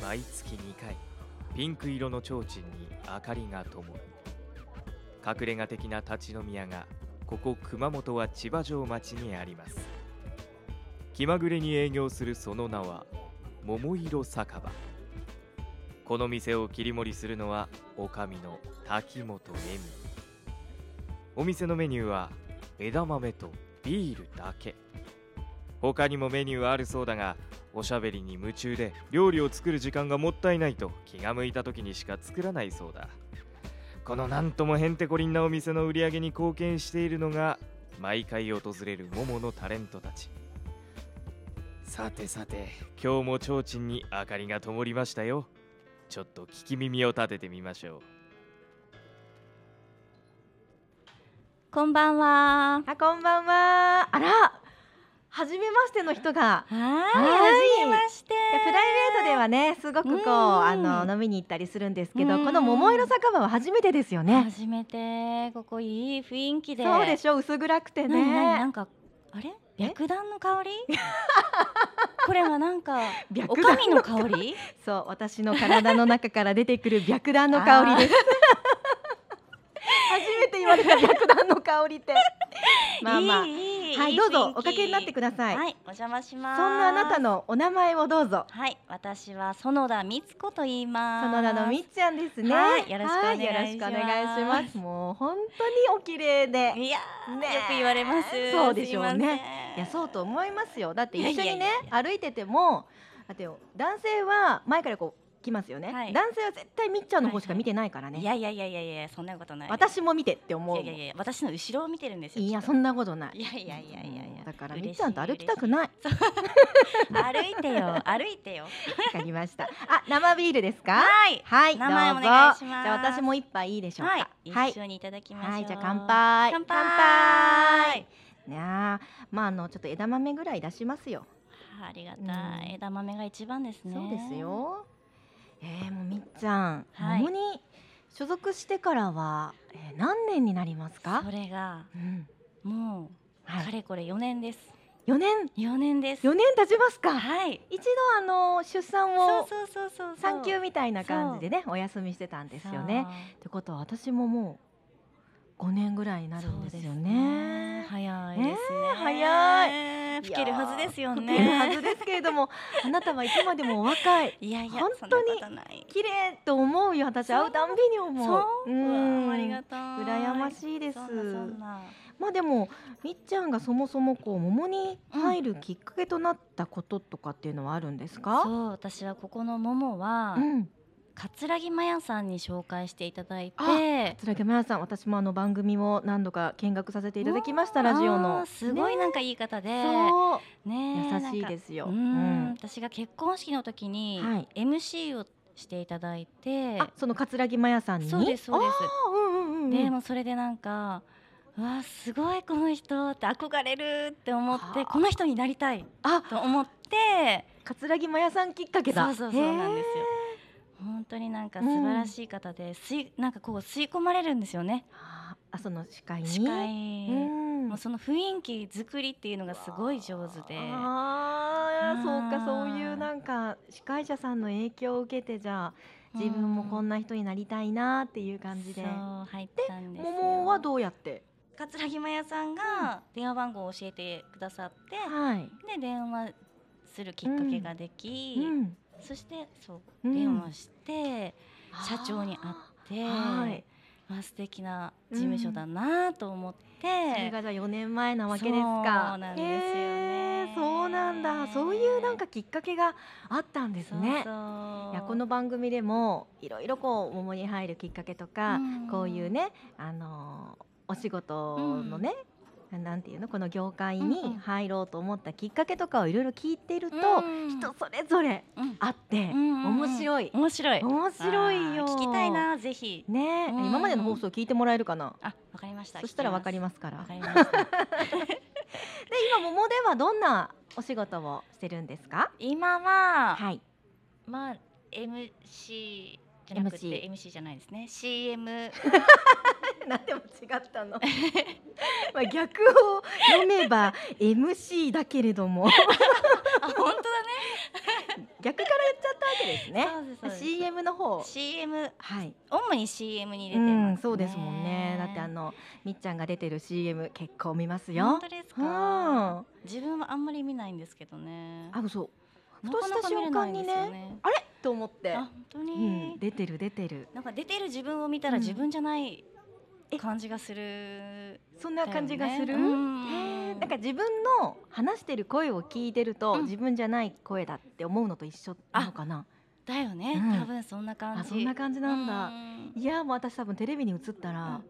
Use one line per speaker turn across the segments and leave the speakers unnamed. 毎月2回ピンク色の提灯に明かりが灯る隠れ家的な立ち飲み屋がここ熊本は千葉城町にあります気まぐれに営業するその名は桃色酒場この店を切り盛りするのは女将の滝本恵美お店のメニューは枝豆とビールだけ他にもメニューはあるそうだがおしゃべりに夢中で料理を作る時間がもったいないと気が向いた時にしか作らないそうだこのなんともへんてこりんなお店の売り上げに貢献しているのが毎回訪れるモモのタレントたちさてさて今日も提灯に明かりが灯りましたよちょっと聞き耳を立ててみましょう
こんばんは。
あこんばんは。あら、初めましての人が。
はーい、
はい
はじめまして。
いやプライベートではね、すごくこう、
うん
あの飲みに行ったりするんですけど、
うん
この桃色酒場は初めてですよね。
初めて、ここいい雰囲気で。
そうで
し
しょ、薄暗くて
ね。な
ね
ん。か、あれ、
え
白檀の 香り。これはなんか、お
白
か
檀
みの香り。
そう、私の体の中から出てくる白檀の香りです。初めて言われた白檀の香 りって。まあまあ。
いい
はい、どうぞおかけになってください。
はい、お邪魔し
そ
ま
ん
す。
なあなた
の。
のお名前をどうぞ。
はい、私は園田光子と言います。
園田のみっちゃんですね。
はいよろしくお願いします
はよろくお願いしますもう本当にお綺麗で。
いやー、
ねえ
よく言われます。
そうでしょうね
すいません
いやそうと思いますよ。だって一緒にね
いやいやいやい
歩いてても、だってよ男性は前からこう来ますよね。
はい
男性は絶対みっちゃんの方しか見てないからね。
いやいやいやいやいや、そんなことない。
私も見てって思
いうや
もん。
いやいや、私の後ろを見てるんですよ。
いや
きっと
そんなことない。
いやいやいやいやいや。
だから
嬉し
み
い
っちゃんと歩きたくない。
歩いて よ、歩いてよ。
わかり ました。あ生ビールですか。
はい。
はい。
名前お願い
どうぞ
します
じゃあ私も一杯いいでしょうか。
はい、一緒にいただきましょう。
はい、じゃあ乾杯。
乾杯。
乾杯。ねあ、まああのちょっと枝豆ぐらい出しますよ。
あありが
う
た
ん
い。枝豆が一番ですね。
そうです。よ。えー、もうみっちゃん、
はい
桃に所属してからは、えー、何年になりますか
そ？れが
うん、
もう
は
か
い。
れこれ四年です。
四年
四年です。
四年経ちますか？
はい。
一度あの出産
そう
を
そうそうそうそう。
産休みたいな感じでねお休みしてたんですよね。
そ
ってことは私ももう5年ぐらいに
う。
なるんですよ
そうで
ね
す。早いですね。
早
い。吹けるはずですよ
いやー
ね。
吹けるはずですけれども、あなたはいつまでもお若い。
いやいや、
本当に
そんなことない。
綺麗と思うよ、私
そう
会うたんびに思う。
そう、
ん
わあありがとう。
羨ましいです
そ。んなそんな。
まあでも、みっちゃんがそもそもこう桃に入るきっかけとなったこととかっていうのはあるんですか。
そう、私はここの桃は、
うん、
葛城マヤさんに紹介していただいて。
つらけまやさん、私もあの番組を何度か見学させていただきました、ラジオ
あー
の。
すごい
ね
なんか言い方で、
そう、
ね
優しいですすよ。
う
うんん、
私が結婚式の時に
はい
MC をしていただいて、
あ、その葛城まやさんに。
そうですそうです
あーうんうんうん。
でもうそれでなんかうわすごいこの人って憧れるって思って
はあ
この人になりたい
あ、
と思って
葛城まやさんきっかけだ。
そうそうそうなんですよ本当になんか素晴らしい方で、吸いなんかこう吸い込まれるんですよね
あーあその司会に
司会、
うん
もうその雰囲気作りっていうのがすごい上手で
あ
あ
あ
ー
そうかそういうなんか司会者さんの影響を受けてじゃあ自分もこん
な
な人になりたいなっていう感じで
そう入ったんですよ
桃はどうやって
桂木麻也さんが電話番号を教えてくださって、
はい、
で電話するきっかけができ、
うん、
そしてそう
うん
電話して、社長に会って、
はい
まあ素敵な事務所だなと思って、
それがじゃあ4年前なわけですか
そうなんですよね
へーそうなんだそういうなんかきっかけがあったんですね
そうそう
いやこの番組でもいろいろこう桃に入るきっかけとか、
うん
こういうねあのーお仕事のね、なんていうのこの業界
うんう
に
ん
入ろうと思ったきっかけとかをいろいろ聞いていると、
うん
人それぞれ
うん
あって、
うんうんうん
面白い、
面白い
面白いよ
あー聞きたいなぜひ
ねえ、
うん
今までの放送聞いてもらえるかな、
あわかりました
そしたらわかり
ま
ますから
わかりました
で今桃ではどんなお仕事をしてるんですか
今は、
はい
まあ MC じゃなくて MC, じゃないですね CM
なんでも違っ たの。まあ逆を読めば MC だけれども
あ本当だね
逆から言っちゃったわけですね。
そうですそうです
CM の方
CM
はい。
主に CM に出て
う
ます、ね
ん、そうですもんね。だってあのみっちゃんが出てる CM 結構見ますよ
本。当です
うん。
か
あ、
自分はあんまり見ないんですけどね
そう。ふ
な
と
か
し
な
た
か見れ
瞬
な
間
いん
に
です
ね
よね
あれと思って
あ。本当に、
うん、出てる出てる。
なんか出てる自分を見たら
うん
自分じゃない感じがする、
そんな感じがする。
だよねうん
へーなんか自分の話してる声を聞いてると、
うん
自分じゃない声だって思うのと一緒なのかな。
だよね、
うん
多分そんな感
あ、
じ
そんな感じなん
う
だ。
ん
いや、もう私多分テレビに映ったら、
うん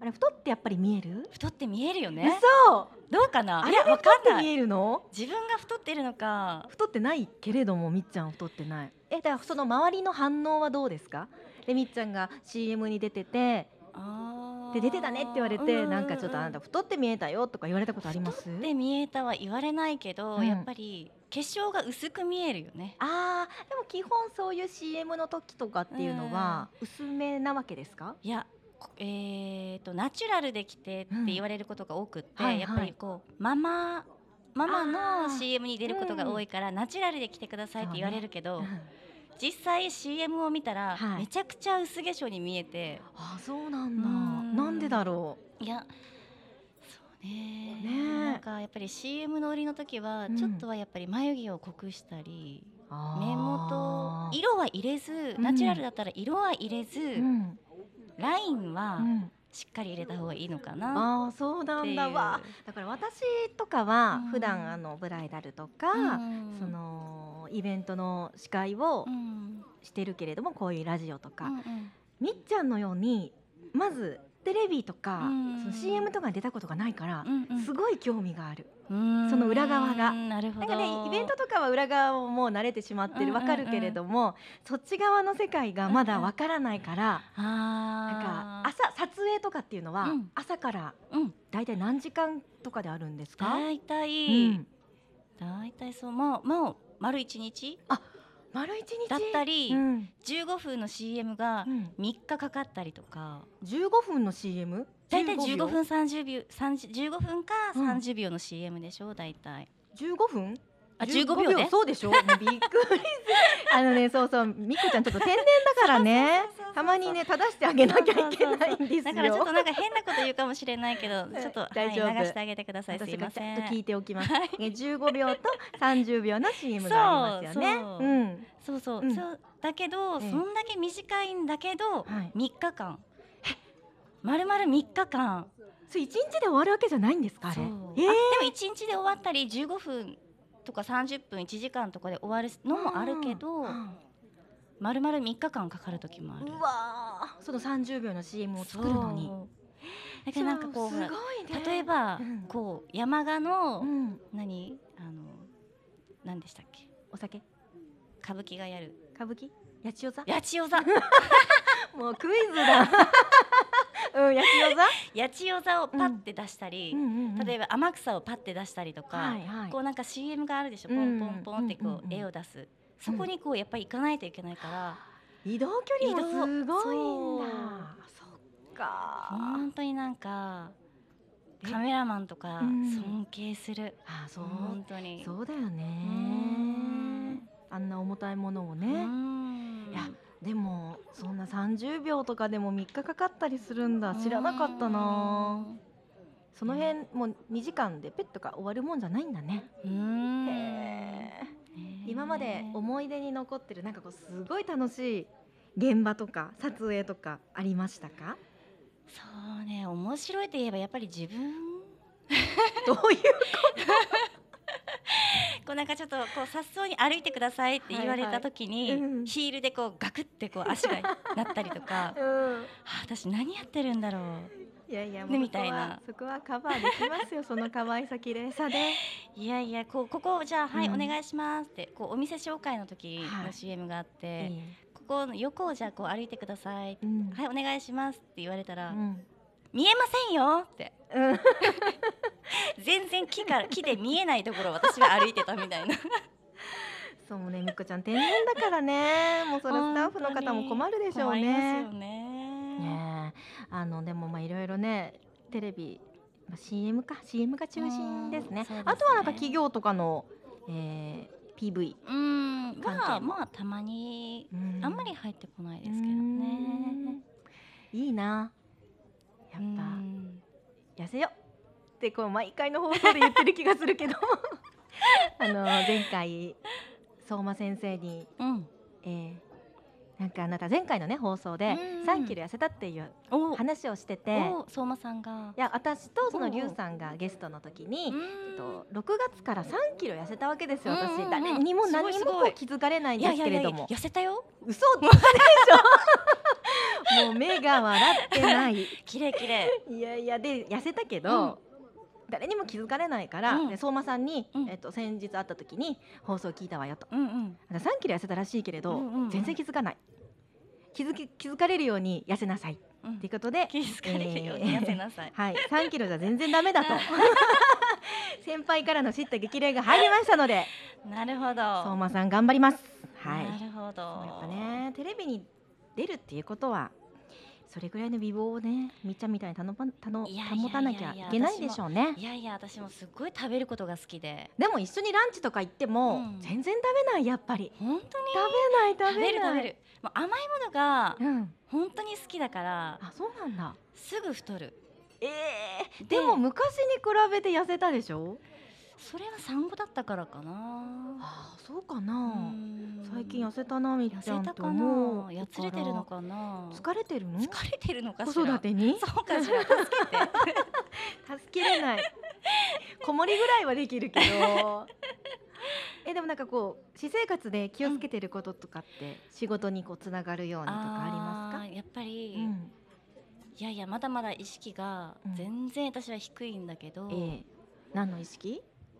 あれ太ってやっぱり見える？
太って見えるよね
嘘。
どうかな
あ
い
れ
やわ
わ
か
か
ん
んな
ない
見
い
えるの？
自分が太ってるのか
太ってないけれどもみっちゃんは太ってないえだからその周りの反応はどうですかでみっちゃんが CM に出てて
あー
で出てたねって言われ
うんうん
て
うん
なんかちょっとあなた太って見えたよとか言われたことあります
太って見えたは言われないけど、
うん
やっぱり化粧が薄く見えるよね
あーでも基本そういう CM の時とかっていうのは薄めなわけですか
いやこえー、とナチュラルできてって言われることが多くって、
うんはいはい
やっぱりこうママママ
あ
の
ー
CM に出ることが多いから、ナチュラルで来てくださいって言われるけど、
うん
実際 CM を見たら、
はい
めちゃくちゃ薄化粧に見えて
あそうなんだ
うん
なんでだろ
いやそうね
ねえ
なんかやっぱり CM の売りの時は、
うん
ちょっとはやっぱり眉毛を濃くしたり
うあー
目元色は入れず、
うん
ナチュラルだったら色は入れず、
うん
ラインは
うん
しっかり入れた方がいいのかな
あーそうな
ってい
ん
う。
だわだから私とかは
うん
普段あのブライダルと
うん
かそのイベントの司会を
うん
してるけれども、こういうラジオとか、
うんうん
みっちゃんのようにまずテレビとか、
うん
その CM とかに出たことがないから
う、んうん
すごい興味がある。
うん
その裏側が
なるほ
な
ど
んかねイベントとかは裏側ももう慣れてしまって
うん
るわかるけれども、そっち側の世界がまだわからないから、
あ
なん
な
か朝撮影とかっていうのは、
うん
朝から
うん
だいたい何時間とかであるんですか？
大
う
体、
ん、
大体そうまあまあ丸一日
丸一日
だったり、
うん
15分の CM が
うん
3日かかったりとか、
15分の CM
大体
秒
15分30秒30 15分か
うん
30秒の CM でしょ大体
15分
あ15秒で
そうで しょもうびっくりするあのねそうそうみっこちゃんちょっと天然だからね
そうそうそうそう
たまにね正してあげなきゃいけないんですよ
だからちょっとなんか変なこと言うかもしれないけ ど
い
ちょっと、はい、
大
流
丈夫
してあげてくださいすい
私
ま
がち
せ
ゃ
ん
んと聞いておきます、ね、15秒と30秒の CM
そう
がありますよね
そう
うん
そうそう、
うん
そうだけど、
ええ
そんだけ短いんだけど、
はい
3日間まるまる3日間
それ一日で終わるわけじゃないんですかあ
そ
れ
うあ
え
で
ー
も1日で終わったり15分とか30分1時間とかで終わるのもあるけど
うん
まるまる3日間かかる時もある
うわーその30秒の CM を作るのに
そうだからなんかこうほ
そす
ら
ごいね
例えば、
うん
こう山鹿の、
うん
何あの何でしたっけ
お酒
歌舞伎がやる
歌舞伎八千代座
八千代座
もうクイズだ。 うん、焼き餃
八千代座をパッて出したり、
子。
例え
ば、
ば天草をパッて出したりとか、
はいはい
こうなんか CM があるでしょ
う
ポン
ん
ポンポンってこ
うんうん
う
うん
絵を出す、そこにこうやっぱり行かないといけないから、
移動距離もすごいん
移動
だ
そう。
そっか。
本当になんか
え
カメラマンとか
うん
尊敬する、
あ、そう。
本当に
そうだよ
う
ね
ん。
あんな重たいものを
う
ね。
ん
いやでも、そんな三十秒とかでも三日かかったりするんだ。知らなかったな。その辺もう二時間でペットが終わるもんじゃないんだね。
うん
へー
ね
今まで思い出に残ってるなんかこうすごい楽しい現場とか撮影とかありましたか？
そうね面白いといえばやっぱり自分
どういう
こうなんかちょっとこうさっそうに歩いてくださいって言われた時に、
はいはいうん
ヒールでこうガクってこう足がなったりと か、はあ、私何やってるんだろう
いやいや、
ね
もう
みたいな
そこはそこはカバーでき ますよ、その可愛さ綺麗さで。
いやいやこうここじゃあはい、
うん
お願いしますってこうお店紹介の時
は
の
い
CM があって、
え
ここの横をじゃあこう歩いてください、
えうん
はいお願いしますって言われたら、
うん
見えませんよって
うん
全然木から木で見えないところを私は歩いてたみたいな
そうねみっこちゃん天然だからねもうそれスタッフの方も困るでしょう
困
ね
りますよね
ねえあのでもまあいろいろねテレビ、まあ、CM か CM が中心ですね
うんそうですね
あとはなんか企業とかの、えー PV
うん
関
が
係も
まあたまにあんまり入ってこないですけど
うん
ね
いいなやっ
うん
ぱ痩せよってこう毎回の放送で言ってる気がするけ どあの前回相馬先生に、
うん
えーなんかあなた前回のね放送で
うん
3キロ痩せたっていう
お
話をしてて
お相馬さんが
いや私とその
うんうん
リュウさんがゲストの時に
うん
と6月から3キロ痩せたわけですよ、
うんうんう
私
ん
誰にも何に
す
も
ごいすごい
こう気づかれないん
い
で
や
す
い
け
やい
れ
や
ども
痩せたよ
嘘でしょ もう目が笑ってないい
綺麗綺麗
やいやで痩せたけど、誰にも気づかれないから、
うん
で相馬さんに、
うん
えっと、先日会った時に放送聞いたわよと
うんうん
3キロ痩せたらしいけれど、
うんうんうん
全然気づかない気づき気づかれるように痩せなさいっ
うん
ていうことで
気づかれるように痩せなさい
はい、3キロじゃ全然ダ メだと 先輩からの叱咤激励が入りましたので
なるほど
相馬さん頑張りますはい
なるほど
そうやっぱねテレビに出るっていうことはそれぐらいの美貌をねみっちゃんみたいに頼ま頼
いやいやいや
保たなきゃいけないでしょうね
いやいや私もすっごい食べることが好きで
でも一緒にランチとか行っても、
うん
全然食べないやっぱり
本当に
食べない
食
食
べ
べ
る
ない
食べるもう甘いものが
うん
本当に好きだから
あそうなんだ
すぐ太る
ええでも
で
昔に比べて痩せたでしょ
それは産後だったからかな
ああそうか
う
な、
ん
最近痩せたなみっ
痩
ちゃ
せ
ん
た
と
か
思
な
う
やつれてるのかな
疲れてるの
疲れてるのかし
子
ら
育てに
そうかしら助けて
助けれない 子守りぐらいはできるけど えでもなんかこう私生活で気をつけてることとかって仕事にこうつながるようにとかありますか
ーやっぱり、
うん
いやいやまだまだ意識が
うん
全然私は低いんだけど、
ええ何の意識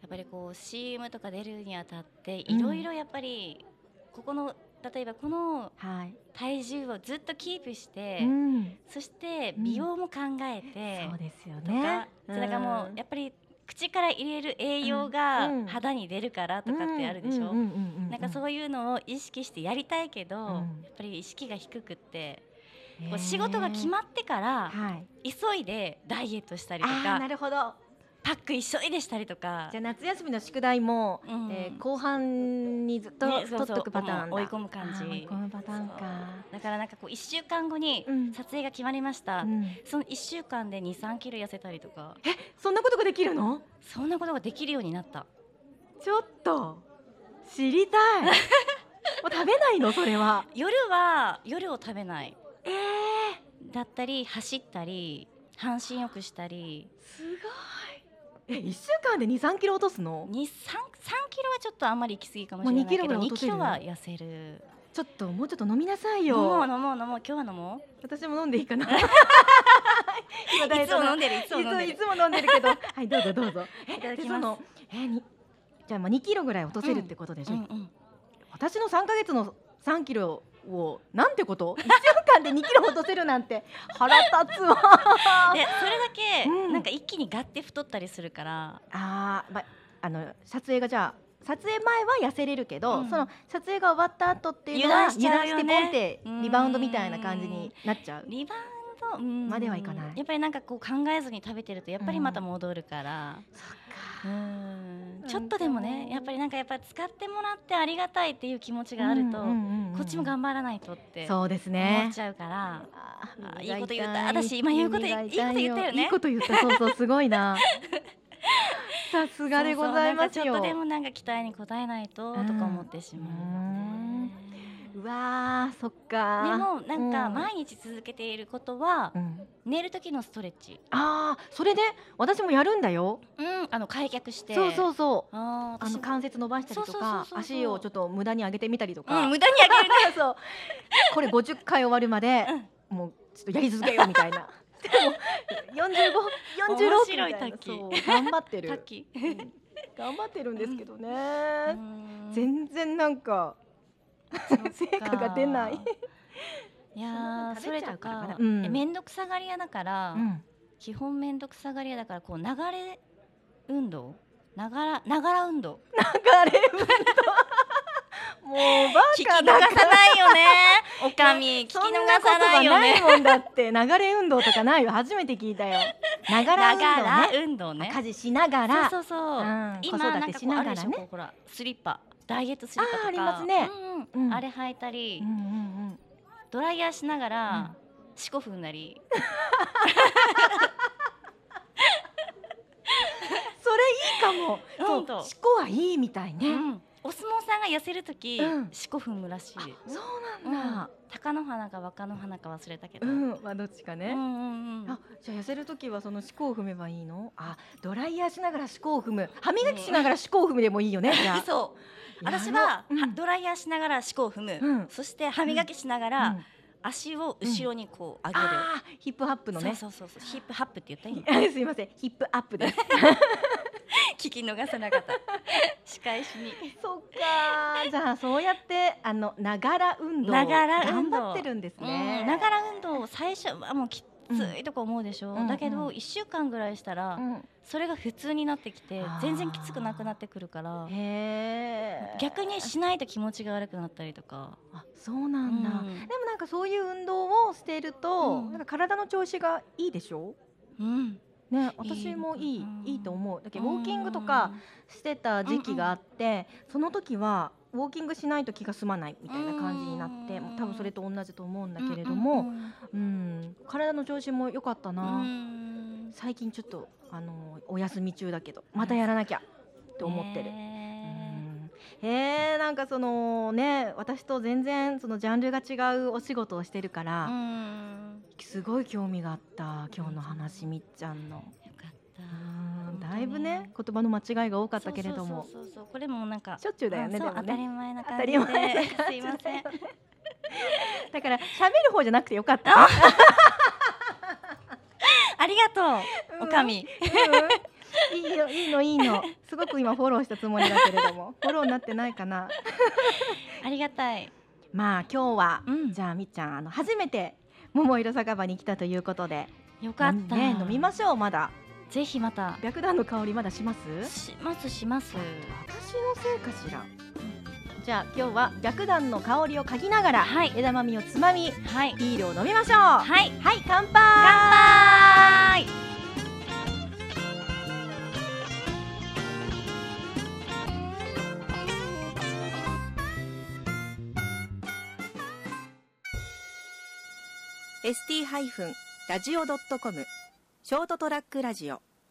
やっぱりこう CM とか出るにあたって
うん
いろいろやっぱりここの例えばこの
はい、
体重をずっとキープして、
うん、
そして
うん
美容も考えて
そうですよ
とか、
ね
それからもうやっぱり口から入れる栄養が
うん
肌に出るからとかってあるでしょ、なんかそうういうのを意識してやりたいけど、
ん
やっぱり意識が低くって、
い
こう仕事が決まってから
はい
急いでダイエットしたりと
あーな
か
るほど
パック急いでしたりとか
じゃあ夏休みの宿題も、
うん
えー後半にずっと、
ねそうそう
取っとくパターンだ
追い込む感じ
あー追い込むパターンか
だからなんかこう1週間後に
うん
撮影が決まりました、
うん
その1週間で23キロ痩せたりとか
そんなことができるの
そんなことができるようになった
ちょっと知りたい もう食べないのそれは
夜は夜を食べない
え
だったり走ったり半身浴したり
ー、すごいえ1週間で2 3キロ落とすの
23 3キロはちょっとあんまり行き過ぎかもしれないけど
もう2キロぐらい落
2
とせ
キロは痩せ
る
る
ちょっともうちょっと飲みなさい
飲もう
よ
飲もう飲もう今日は飲も
私も飲んでいいかな
ういつも飲んでるい
い
つ
つ
も
も
飲んで
い
る
つも飲んでるけどはいどうぞどうぞ
いただ
で
き
そ
ま
の
す
えーにじゃあまあ2キロぐらい落とせるってことでし
う
ょ、
んうん
私の3ヶ月の3キロをなんてこと1週間で2キロ落とせるなんて腹立つ わ
でそれだけ、
うん
なんか一気にガッて太ったりするから
あー、ま、あの撮影がじゃあ撮影前は痩せれるけど、
うん
その撮影が終わった後っていうのは
油断しちゃうよね
油断してポンってリバウンドみたいな感じになっちゃう
リバウンド、うん
まではいかない
やっぱりなんかこう考えずに食べてるとやっぱりまた戻るから、うん、ちょっとでもねやっぱりなんかやっぱり使ってもらってありがたいっていう気持ちがあると、こっちも頑張らないとって思っ
そうですね
ちゃうから、
あー
あー
胃が
いいこと言った
痛
私今言うこと
胃が痛
いいこと言ったよね
いいこと言ったそうそうすごい なさすがでございます
そう
よ
そうなんかちょっとでもなんか期待に応えないととか思ってしまうね、
うわーそっ
で
か
もなんか
うん
毎日続けていることは
うん
寝る時のストレッチ、
あーそれで私もやるんだよ
うん、あの開脚して
そうそうそう
あー
あ
私
の
も
関節伸ばしたりと
そうそうそう
か
そうそう
足をちょっと無駄に上げてみたりとか、
うん、無駄にあげるね
そうこれ50回終わるまで、もうちょっとやり続けようみたいなで
面白い
も4546みたいな
滝
そう頑張ってる
タッキー
うん 頑張ってるんですけどね、
うん
全然なんか成果が出ない
そっかいやー
そ
そ
んなの食べ
れ
ちゃ
と
うからかな
か
うん
え面倒くさがり屋だから、
うん
基本面倒くさがり屋だからこう流れ運動ながらながら運動
流れ運動もうバ
聞き逃さ
カだから
ないよね。おかみ、聞き逃
そんな
さないよね。
言葉ないもんだって流れ運動とかないよ初めて聞いたよながら
だ
運動
から
ね
運動ね。
家事しなが
そう
ら
そうそう。
うん
今
子
なん
育
か
て
こ
し
う
な
ある
が
で
ら
しょ、こう
ね
ほらスリッパ、ダイエットスリッパと
あ
か。
ーありますね
うんうん
うん
あれ履いたり、
うんうん
ドライヤーしながら四股踏んだり。
それいいかも
ほん
そう
と
思考はいいみたいね、
うんお相撲さんが痩せるとき、
うん
四股踏むらしい
あ。そうなんだ
高野花か若野花か忘れたけ
う
ど。うん
ん、まあどっちか
う
ね、
んうん
あ、じゃあ痩せる時はその思考を踏めばいいのあドライヤーしながら思考を踏む歯磨きしながら思考を踏むでもいいよね、じゃあ
そう私は、はドライヤーしながら四股を踏む、
うん
そして歯磨きしながら、
うん
足を後ろにこう上げる、
あーヒップアップのね
そうそうそうそうヒップハップって言った今
すいませんヒップアッ プです
聞き逃さな かった仕返しに
そっかーじゃあそうやってあのながら運動
ながら運動
頑張ってるんですね
うんながら運動を最初はもうきついとか思うでしょ、
うん
だけ
うんう
ど
ん
一週間ぐらいしたら、
うん
それが普通になってきて
あー
全然きつくなくなってくるから
へー
逆にしないと気持ちが悪くなったりとか
あそうなんだ、
うん
でもなんかそういう運動をしていると、
うん
なんか体の調子がいいでしょ
うん
ね私もい
いい
いいい
のかな
と思うだけどウォーキングとかしてた時期があって、その時はウォーキングしないと気が済まないみたいな感じになって、
うん
多分それと同じと思うんだ
うん
けれども、
うんうん
うん、体の調子も良かった
う
な、
ん
最近ちょっとあのお休み中だけどまたやらなきゃって思ってる。
ね
うんへえなんかそのね私と全然そのジャンルが違うお仕事をしてるか
えう
ら、
ん
すごい興味があった今日の話みっちゃんの。
よかった
う
本
ん
当に
だいぶね言葉の間違いが多かったけれども
そうそうそうそうこれもなんか
しょっちゅうだよ
あ
ね
そう
でもね
当たり前な
当
感
た
じ
り
で
前な感
す
じ
いません
だよねだから喋る方じゃなくてよかった ね
ありがとうおか、み
うん うんいいよいいのいいのすごく今フォローしたつもりだけれどもフォローになってないかな
ありがたい
まあ今日は、
うん
じゃあみっちゃんあの初めて桃色酒場に来たということで
よかった
ね飲みましょうまだ
ぜひまた
白檀の香りまだします
しますします
私のせいかしらじゃあ今日は白檀の香りを嗅ぎながら、
はい
枝豆をつまみ
はい
ビールを飲みましょうはい、
はい
乾杯
乾杯
ラジオ .com ショートトラックラジオ